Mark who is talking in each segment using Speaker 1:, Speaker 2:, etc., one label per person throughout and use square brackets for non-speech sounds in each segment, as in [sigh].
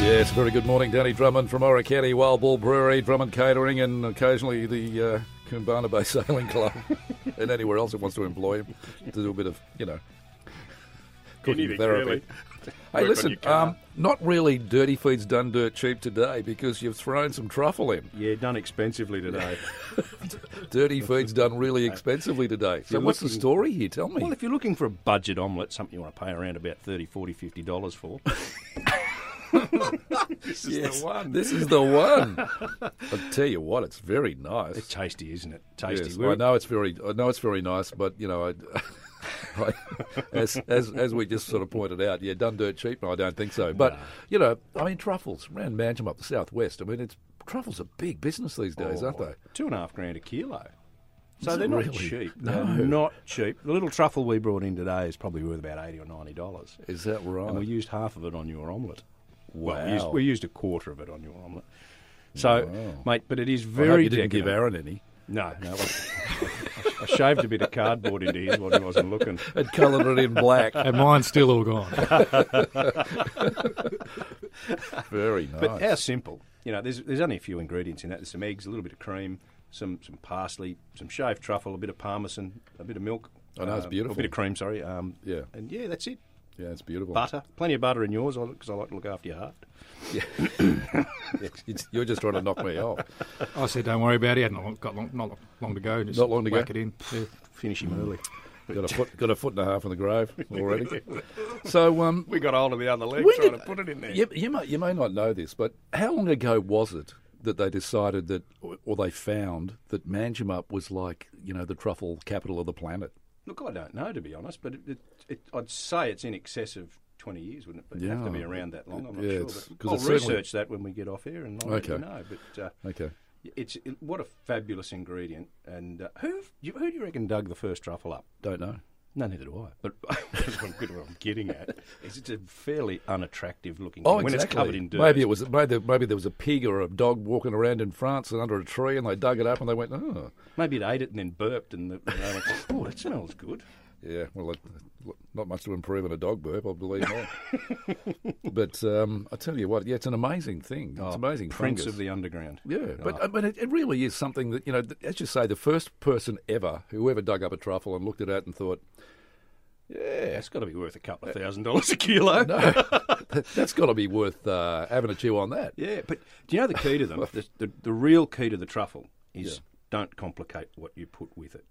Speaker 1: Yes, very good morning, Danny Drummond from Orocotti Wild Ball Brewery, Drummond Catering, and occasionally the uh, Kumbana Bay [laughs] Sailing Club, and anywhere else that wants to employ him to do a bit of, you know, cooking
Speaker 2: Anything,
Speaker 1: therapy.
Speaker 2: really. Work
Speaker 1: Hey,
Speaker 2: on
Speaker 1: listen,
Speaker 2: your car.
Speaker 1: um, not really dirty feeds done dirt cheap today because you've thrown some truffle in.
Speaker 2: Yeah, done expensively today.
Speaker 1: Dirty feeds done
Speaker 2: [laughs]
Speaker 1: really expensively today. So
Speaker 2: You're
Speaker 1: what's the
Speaker 2: looking-
Speaker 1: story here? Tell me.
Speaker 2: [laughs] well, if you're looking for a budget omelette, something you want to pay around about 30 40 50 dollars
Speaker 1: [laughs]
Speaker 2: for. this is
Speaker 1: Yes,
Speaker 2: the one.
Speaker 1: This is the one.
Speaker 2: [laughs]
Speaker 1: I tell you what, it's very nice.
Speaker 2: It's tasty, isn't it?
Speaker 1: Yes,
Speaker 2: Tasty.
Speaker 1: I
Speaker 2: We're-
Speaker 1: know it's very, I know it's very nice, but you know, I, [laughs] I, as, as as we just sort of pointed out, yeah, done dirt cheap. No, I don't think so. But you know, I mean, truffles around Manchum up the southwest. I mean, it's truffles are big business these days, aren't they?
Speaker 2: Two and a half grand a kilo.
Speaker 1: Is
Speaker 2: So
Speaker 1: it
Speaker 2: they're not
Speaker 1: really?
Speaker 2: cheap.
Speaker 1: No.
Speaker 2: They're not cheap. The little truffle we brought in today is probably worth about 80 or 90 dollars.
Speaker 1: Is that right?
Speaker 2: And we used half of it on your omelette. Well, we
Speaker 1: Wow.
Speaker 2: used, we used a quarter of it on your omelette. So, mate, but it is
Speaker 1: I
Speaker 2: very
Speaker 1: hope you didn't give
Speaker 2: decadent.
Speaker 1: Aaron any.
Speaker 2: No, no. I- I shaved a bit of cardboard into his while he wasn't looking.
Speaker 1: It coloured it in black.
Speaker 3: And mine's still all gone.
Speaker 1: [laughs] Very nice.
Speaker 2: But how simple. You know, there's, there's only a few ingredients in that. There's some eggs, a little bit of cream, some, some parsley, some shaved truffle, a bit of parmesan, a bit of milk.
Speaker 1: I know, Oh, it's
Speaker 2: um,
Speaker 1: beautiful.
Speaker 2: A bit of cream, sorry. Um,
Speaker 1: Yeah.
Speaker 2: And yeah, that's it.
Speaker 1: yeah, it's beautiful.
Speaker 2: Butter. Plenty of butter in yours because I like to look after your heart.
Speaker 1: It's- you're just trying to knock me off.
Speaker 3: I said, don't worry about it. I hadn't long- got long, not long- long to go. Just
Speaker 1: Not long to go.
Speaker 3: whack it in. Yeah.
Speaker 2: Finish him early.
Speaker 1: Got [laughs] a foot, got a foot and a half in the grave already. [laughs] So, um,
Speaker 2: We got hold of the other leg
Speaker 1: When trying did- to
Speaker 2: put it in there.
Speaker 1: You, you, may, you may not know this, but how long ago was it that they decided that, or or they found that Manjimup was like, you know, the truffle capital of the planet?
Speaker 2: Look, I don't know to be honest, but it, it, it, I'd say it's in excess of twenty years, wouldn't it? But it'd have to
Speaker 1: Yeah.
Speaker 2: be around that long. I'm not
Speaker 1: Yeah,
Speaker 2: sure.
Speaker 1: it's-
Speaker 2: but
Speaker 1: 'cause
Speaker 2: I'll
Speaker 1: it's certainly-
Speaker 2: research that when we get off here, and I'll
Speaker 1: Okay.
Speaker 2: let you know. But uh,
Speaker 1: Okay.
Speaker 2: it's it, what a fabulous ingredient. And uh, who you, who do you reckon dug the first truffle up?
Speaker 1: Don't know.
Speaker 2: No, neither do I. But [laughs] that's what I'm, good- what I'm getting at. Is it's a fairly unattractive looking.
Speaker 1: Oh,
Speaker 2: thing.
Speaker 1: exactly.
Speaker 2: When it's covered in dirt,
Speaker 1: Maybe it was maybe, maybe there was a pig or a dog walking around in France and under a tree, and they dug it up and they went, oh,
Speaker 2: maybe it ate it and then burped, and the, and
Speaker 1: [laughs]
Speaker 2: they went, oh, that smells good.
Speaker 1: yeah. Well, it, not much to improve in a dog burp, I believe. not. [laughs] but um, I tell you what, yeah, it's an amazing thing. It's amazing.
Speaker 2: Prince
Speaker 1: fungus.
Speaker 2: of the underground.
Speaker 1: Yeah, but I mean, it, it really is something that you know, th- as you say, the first person ever who ever dug up a truffle and looked at it and thought, [laughs]
Speaker 2: Yeah, it's got to be worth a couple of thousand dollars a kilo.
Speaker 1: that's got to be worth uh, having a chew on that.
Speaker 2: Yeah, but do you know the key [laughs] to them? the, the, the real key to the truffle is don't complicate what you put with it.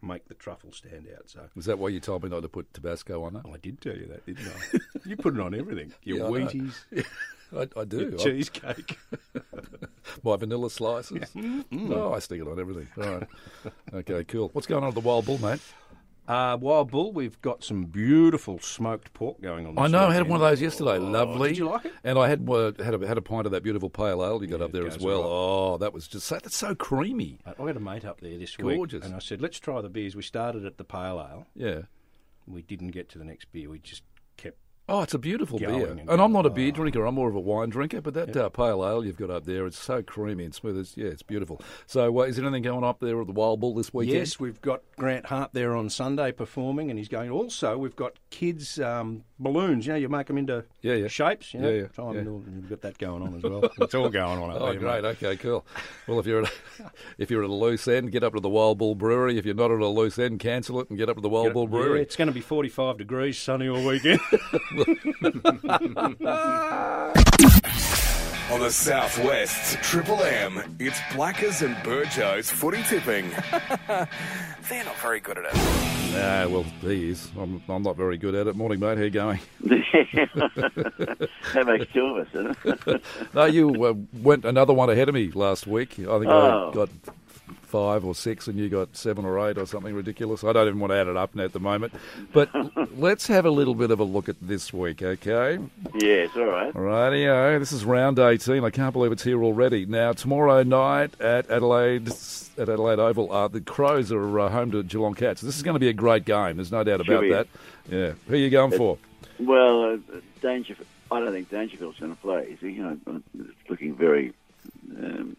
Speaker 2: Make the truffle stand out. So
Speaker 1: Is that why you told me not to put Tabasco on
Speaker 2: I did tell you that, didn't I? [laughs] you put it on [laughs] everything. Your
Speaker 1: Yeah, I know.
Speaker 2: Wheaties, Oh.
Speaker 1: it? I, I do. I-
Speaker 2: cheesecake.
Speaker 1: my vanilla slices.
Speaker 2: Mm-hmm.
Speaker 1: Oh, I stick it on everything. All right. [laughs] okay, cool. What's going on at the Wild Bull, mate?
Speaker 2: [laughs] Uh, Wild Bull, we've got some beautiful smoked pork going on. This
Speaker 1: I know. I
Speaker 2: weekend.
Speaker 1: had one of those yesterday. Lovely.
Speaker 2: did you like it?
Speaker 1: And I had uh, had a, had a pint of that beautiful pale ale you got up there
Speaker 2: it
Speaker 1: as
Speaker 2: goes
Speaker 1: well.
Speaker 2: well.
Speaker 1: Oh, that was just so, that's so creamy.
Speaker 2: Uh, I got a mate up there this
Speaker 1: Gorgeous.
Speaker 2: week, and I said, "Let's try the beers." We started at the pale ale.
Speaker 1: Yeah.
Speaker 2: We didn't get to the next beer. We just kept
Speaker 1: Oh, it's a beautiful
Speaker 2: Going
Speaker 1: beer.
Speaker 2: and
Speaker 1: And
Speaker 2: going.
Speaker 1: I'm not a beer drinker. I'm more of a wine drinker. But that uh, pale ale you've got up there, it's so creamy and smooth. It's, yeah, it's beautiful. So uh, is there anything going up there at the Wild Bull this weekend?
Speaker 2: Yes, we've got Grant Hart there on Sunday performing, and he's going. Also, we've got kids um, balloons. You know, you make them into
Speaker 1: Yeah, yeah.
Speaker 2: shapes. You know,
Speaker 1: Yeah, yeah,
Speaker 2: Try
Speaker 1: yeah.
Speaker 2: and- We've got that going on as well. [laughs] it's all going on. Up
Speaker 1: Oh,
Speaker 2: there,
Speaker 1: great.
Speaker 2: mate.
Speaker 1: Okay, cool. Well, if you're at, if you're at a [laughs] loose end, get up to the Wild Bull Brewery. If you're not at a loose end, cancel it and get up to the Wild Bull
Speaker 2: Yeah,
Speaker 1: Brewery.
Speaker 2: it's going to be 45 degrees, sunny all weekend.
Speaker 4: On the Southwest's Triple M, it's Blackers and Burjo's footy tipping. They're not very good at it.
Speaker 1: Ah, well, geez, I'm I'm not very good at it. Morning, mate. How you going?
Speaker 5: that makes two of us, isn't it? [laughs]
Speaker 1: no, you uh, went another one ahead of me last week. I think
Speaker 5: Oh.
Speaker 1: I got five or six, and you got seven or eight or something ridiculous. I don't even want to add it up now at the moment.
Speaker 5: [laughs]
Speaker 1: But let's have a little bit of a look at this week, okay?
Speaker 5: yes, all right.
Speaker 1: Rightio, this is round 18. I can't believe it's here already. Now, tomorrow night at Adelaide at Adelaide Oval, uh, the Crows are uh, home to Geelong Cats. This is going to be a great game. There's no doubt about
Speaker 5: be.
Speaker 1: that. Yeah. Who are you going for?
Speaker 5: Well, uh, Dangerfield, I don't think Dangerfield's going to play. Is he? You uh, know, it's looking very um,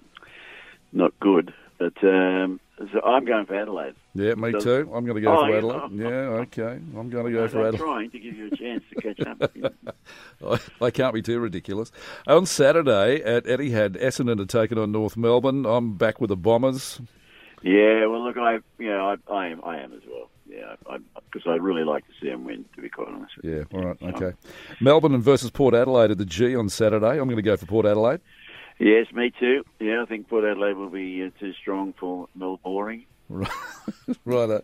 Speaker 5: not good. But um, So I'm going for Adelaide.
Speaker 1: Yeah, me
Speaker 5: Does-
Speaker 1: too. I'm going to go
Speaker 5: Oh,
Speaker 1: for
Speaker 5: yeah.
Speaker 1: Adelaide. Yeah, okay. I'm going to go
Speaker 5: [laughs] I'm
Speaker 1: for Adelaide.
Speaker 5: trying to give
Speaker 1: [laughs]
Speaker 5: you a chance to catch up.
Speaker 1: I, [laughs] I can't be too ridiculous. On Saturday at Etihad, Essendon had taken on North Melbourne. I'm back with the Bombers.
Speaker 5: yeah, well, look, I, you know, I, I am, I am as well. Yeah, because I, really like to see him win. To be quite honest. With you.
Speaker 1: Yeah, all right, okay. Melbourne and versus Port Adelaide at the G on Saturday. I'm going to go for Port Adelaide.
Speaker 5: Yes, me too. Yeah, I think Port Adelaide will be uh, too strong for Mel Boring.
Speaker 1: Right, right. uh,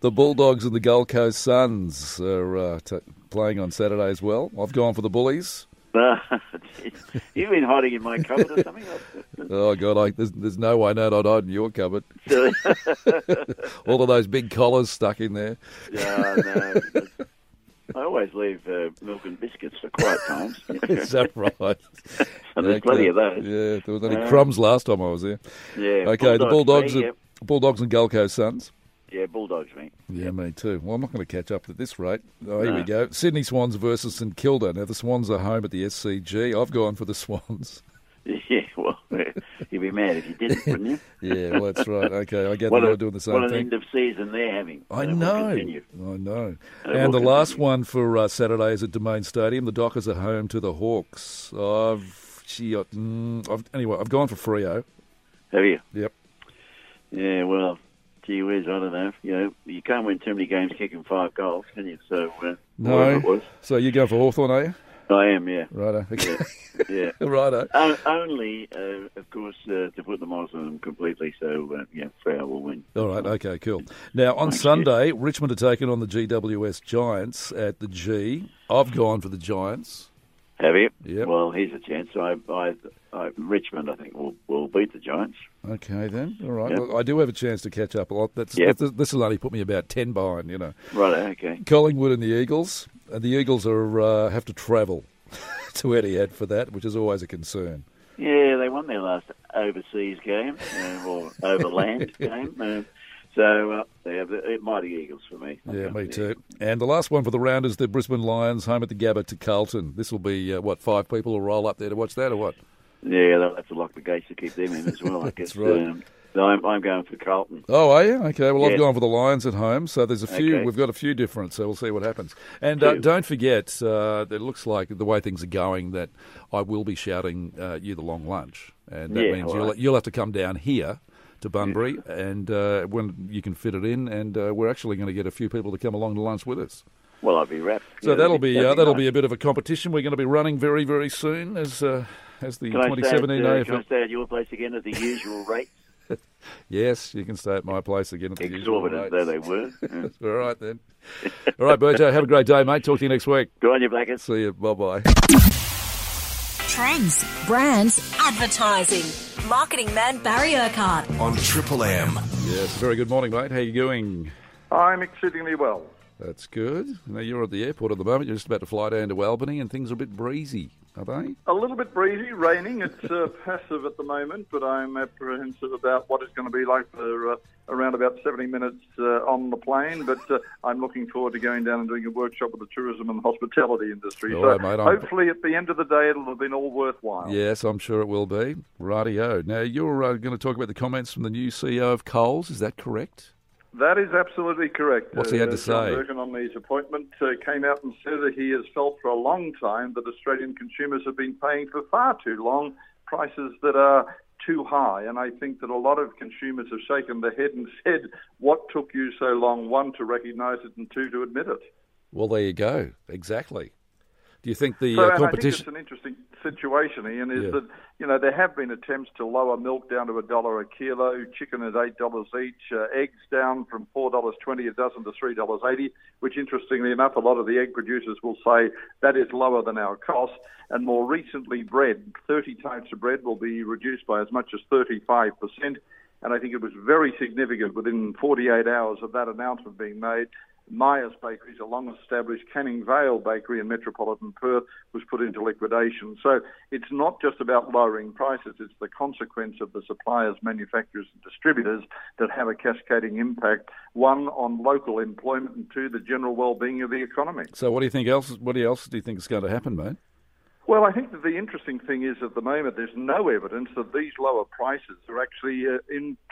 Speaker 1: The Bulldogs and the Gold Coast Suns are uh, t- playing on Saturday as well. I've gone for the Bullies.
Speaker 5: [laughs] You've been hiding in my cupboard or something.
Speaker 1: Oh God, I, there's, there's no way not I'd hide in your cupboard. [laughs]
Speaker 5: So,
Speaker 1: All of those big collars stuck in there.
Speaker 5: yeah, no, I always leave uh, milk and biscuits for quiet times. [laughs]
Speaker 1: Is that [laughs] right?
Speaker 5: And there's plenty of those. Uh,
Speaker 1: Yeah, there was only crumbs last time I was there.
Speaker 5: Yeah.
Speaker 1: Okay, the Bulldogs,
Speaker 5: me,
Speaker 1: and, Bulldogs and Gold Coast Suns.
Speaker 5: yeah, yeah, Bulldogs, mate.
Speaker 1: Yeah, me too. Well, I'm not going to catch up at this rate. Oh, here we
Speaker 5: No.
Speaker 1: go. Sydney Swans versus St Kilda. Now the Swans are home at the SCG. I've gone for the Swans.
Speaker 5: [laughs]
Speaker 1: [laughs]
Speaker 5: Yeah, well, [laughs] you'd be mad if you didn't, wouldn't you?
Speaker 1: Yeah, well, that's right. Okay, I get that
Speaker 5: what
Speaker 1: they're
Speaker 5: a,
Speaker 1: doing the
Speaker 5: what
Speaker 1: same
Speaker 5: an
Speaker 1: thing.
Speaker 5: end of season they're having.
Speaker 1: I
Speaker 5: And it will
Speaker 1: know.
Speaker 5: continue.
Speaker 1: I know.
Speaker 5: And it
Speaker 1: And the
Speaker 5: will
Speaker 1: last
Speaker 5: continue.
Speaker 1: one for uh, Saturday is at Domain Stadium. The Dockers are home to the Hawks. I've, gee, I- mm, I've anyway. I've gone for Frio.
Speaker 5: Have you?
Speaker 1: Yep.
Speaker 5: Yeah, well, gee whiz, I don't know. You know, you can't win too many games kicking five goals, can you? So, uh, whatever it
Speaker 1: No.
Speaker 5: was.
Speaker 1: So you go for Hawthorn, are you?
Speaker 5: I am, yeah,
Speaker 1: Righto. [laughs] Okay.
Speaker 5: yeah.
Speaker 1: Righto.
Speaker 5: O- only, uh, of course, uh, to put the miles on them completely. So, uh, yeah, Freo will win.
Speaker 1: All right, okay, cool. Now, on
Speaker 5: Thank
Speaker 1: Sunday, Richmond are taking on the GWS Giants at the G. I've gone for the Giants.
Speaker 5: Have you?
Speaker 1: Yep.
Speaker 5: Well, here's a chance. I, I, I, Richmond, I think, will will beat the Giants.
Speaker 1: Okay, then. All right.
Speaker 5: Yep.
Speaker 1: Look, I do have a chance to catch up a lot. That's,
Speaker 5: Yep.
Speaker 1: this, this will only put me about 10 behind, you know.
Speaker 5: Right. Okay.
Speaker 1: Collingwood and the Eagles. And the Eagles are uh, have to travel [laughs] to Etihad for that, which is always a concern.
Speaker 5: Yeah, they won their last overseas game
Speaker 1: [laughs]
Speaker 5: uh, or overland game. Uh, so uh, they have the uh, mighty Eagles for me.
Speaker 1: Yeah, me too. And the last one for the round is the Brisbane Lions home at the Gabba to Carlton. This will be, uh, what, five people will roll up there to watch that or what?
Speaker 5: Yeah, they'll have to lock the gates to keep them in as well.
Speaker 1: [laughs]
Speaker 5: I guess.
Speaker 1: right.
Speaker 5: um, so I'm, I'm going for Carlton.
Speaker 1: Oh, are you? Okay. Well, I've
Speaker 5: Yeah.
Speaker 1: gone for the Lions at home, so there's a few.
Speaker 5: Okay.
Speaker 1: We've got a few different, so we'll see what happens. And uh,
Speaker 5: Two.
Speaker 1: don't forget, uh, it looks like the way things are going that I will be shouting uh, you the long lunch, and that
Speaker 5: Yeah,
Speaker 1: means
Speaker 5: all
Speaker 1: you'll,
Speaker 5: right.
Speaker 1: you'll have to come down here to Bunbury, and uh, when you can fit it in, and uh, we're actually going to get a few people to come along to lunch with us.
Speaker 5: Well, I'll be wrapped.
Speaker 1: So
Speaker 5: Yeah,
Speaker 1: that'll be uh, that'll
Speaker 5: nice.
Speaker 1: be a bit of a competition. We're going to be running very very soon as uh, as the
Speaker 5: Can I, stay at,
Speaker 1: 2017
Speaker 5: uh,
Speaker 1: AFL.
Speaker 5: can I stay at your place again at the usual rate?
Speaker 1: Yes, you can stay at my place again. At the usual rates.
Speaker 5: Exorbitant though they were. Yeah.
Speaker 1: All right then. All right, Burjo, have a great day, mate. Talk to you next week.
Speaker 5: Go on, you blackers.
Speaker 1: See you. Bye bye.
Speaker 6: Trends, brands, advertising. Marketing man Barry Urquhart.
Speaker 4: on Triple M.
Speaker 1: Yes, very good morning, mate. How you going?
Speaker 7: I'm exceedingly well.
Speaker 1: That's good. Now you're at the airport at the moment. You're just about to fly down to Albany, and things are a bit breezy, are they?
Speaker 7: A little bit breezy, raining. It's uh, [laughs] passive at the moment, but I'm apprehensive about what it's going to be like for uh, around about 70 minutes uh, on the plane. But uh, I'm looking forward to going down and doing a workshop with the tourism and hospitality industry.
Speaker 1: All
Speaker 7: so
Speaker 1: right, mate, I'm-
Speaker 7: hopefully, at the end of the day, it'll have been all worthwhile.
Speaker 1: Yes, I'm sure it will be. Rightio. Now you're uh, going to talk about the comments from the new CEO of Coles. Is that correct?
Speaker 7: That is absolutely correct. Uh,
Speaker 1: What's he had to
Speaker 7: John
Speaker 1: say?
Speaker 7: Durkin, on his appointment, uh, came out and said that he has felt for a long time that Australian consumers have been paying for far too long prices that are too high. And I think that a lot of consumers have shaken their head and [laughs] said, What took you so long, one, to recognise it, and two, to admit it?
Speaker 1: Well, there you go. Exactly. Do you think the
Speaker 7: So,
Speaker 1: uh,
Speaker 7: and
Speaker 1: competition?
Speaker 7: I think it's an interesting situation, Ian, is
Speaker 1: Yeah.
Speaker 7: that, you know, there have been attempts to lower milk down to a dollar a kilo, chicken at $8 each, uh, eggs down from $4.20 a dozen to $3.80, which, interestingly enough, a lot of the egg producers will say that is lower than our cost. And more recently, bread, 30 types of bread will be reduced by as much as 35%. And I think it was very significant within 48 hours of that announcement being made. Myers Bakeries, a long established Canning Vale bakery in metropolitan Perth, was put into liquidation. So it's not just about lowering prices, it's the consequence of the suppliers, manufacturers, and distributors that have a cascading impact one, on local employment, and two, the general well being of the economy.
Speaker 1: So, what do you think else? What else do you think is going to happen, mate?
Speaker 7: Well, I think that the interesting thing is at the moment there's no evidence that these lower prices are actually uh,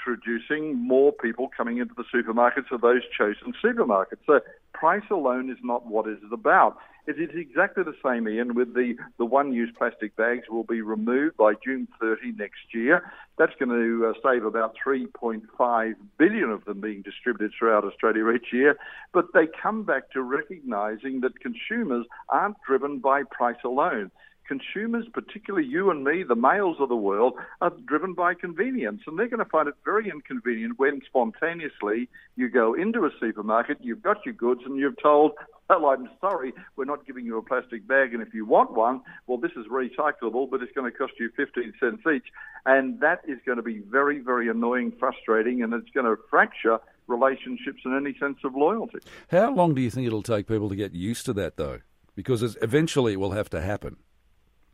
Speaker 7: introducing more people coming into the supermarkets of those chosen supermarkets. So price alone is not what it is about. It is exactly the same, Ian, with the, the one-use plastic bags will be removed by June 30 next year. That's going to uh, save about 3.5 billion of them being distributed throughout Australia each year. But they come back to recognising that consumers aren't driven by price alone consumers, particularly you and me, the males of the world, are driven by convenience. And they're going to find it very inconvenient when spontaneously you go into a supermarket, you've got your goods, and you're told, well, I'm sorry, we're not giving you a plastic bag, and if you want one, well, this is recyclable, but it's going to cost you 15 cents each. And that is going to be very, very annoying, frustrating, and it's going to fracture relationships and any sense of loyalty.
Speaker 1: How long do you think it'll take people to get used to that, though? Because it's, eventually it will have to happen.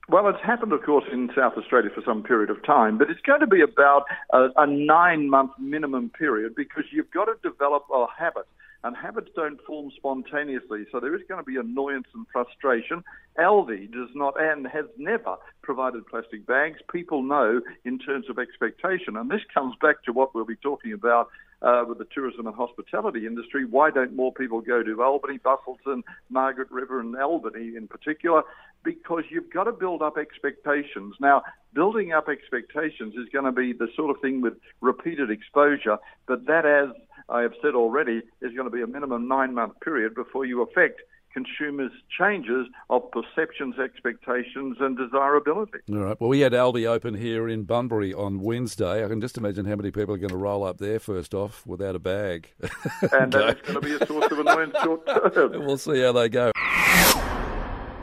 Speaker 7: Well, it's happened, of course, in South Australia for some period of time, but it's going to be about a, a nine month minimum period because you've got to develop a habit. And habits don't form spontaneously, so there is going to be annoyance and frustration. Aldi does not and has never provided plastic bags. People know in terms of expectation, and this comes back to what we'll be talking about uh, with the tourism and hospitality industry. Why don't more people go to Albany, Bustleton, Margaret River, and Albany in particular? Because you've got to build up expectations. Now, building up expectations is going to be the sort of thing with repeated exposure, but that, as I have said already, is going to be a minimum nine month period before you affect consumers' changes of perceptions, expectations, and desirability.
Speaker 1: All right. Well, we had Aldi open here in Bunbury on Wednesday. I can just imagine how many people are going to roll up there first off without a bag. [laughs]
Speaker 7: And that's going to be a source of annoyance short term.
Speaker 1: we'll see how they go.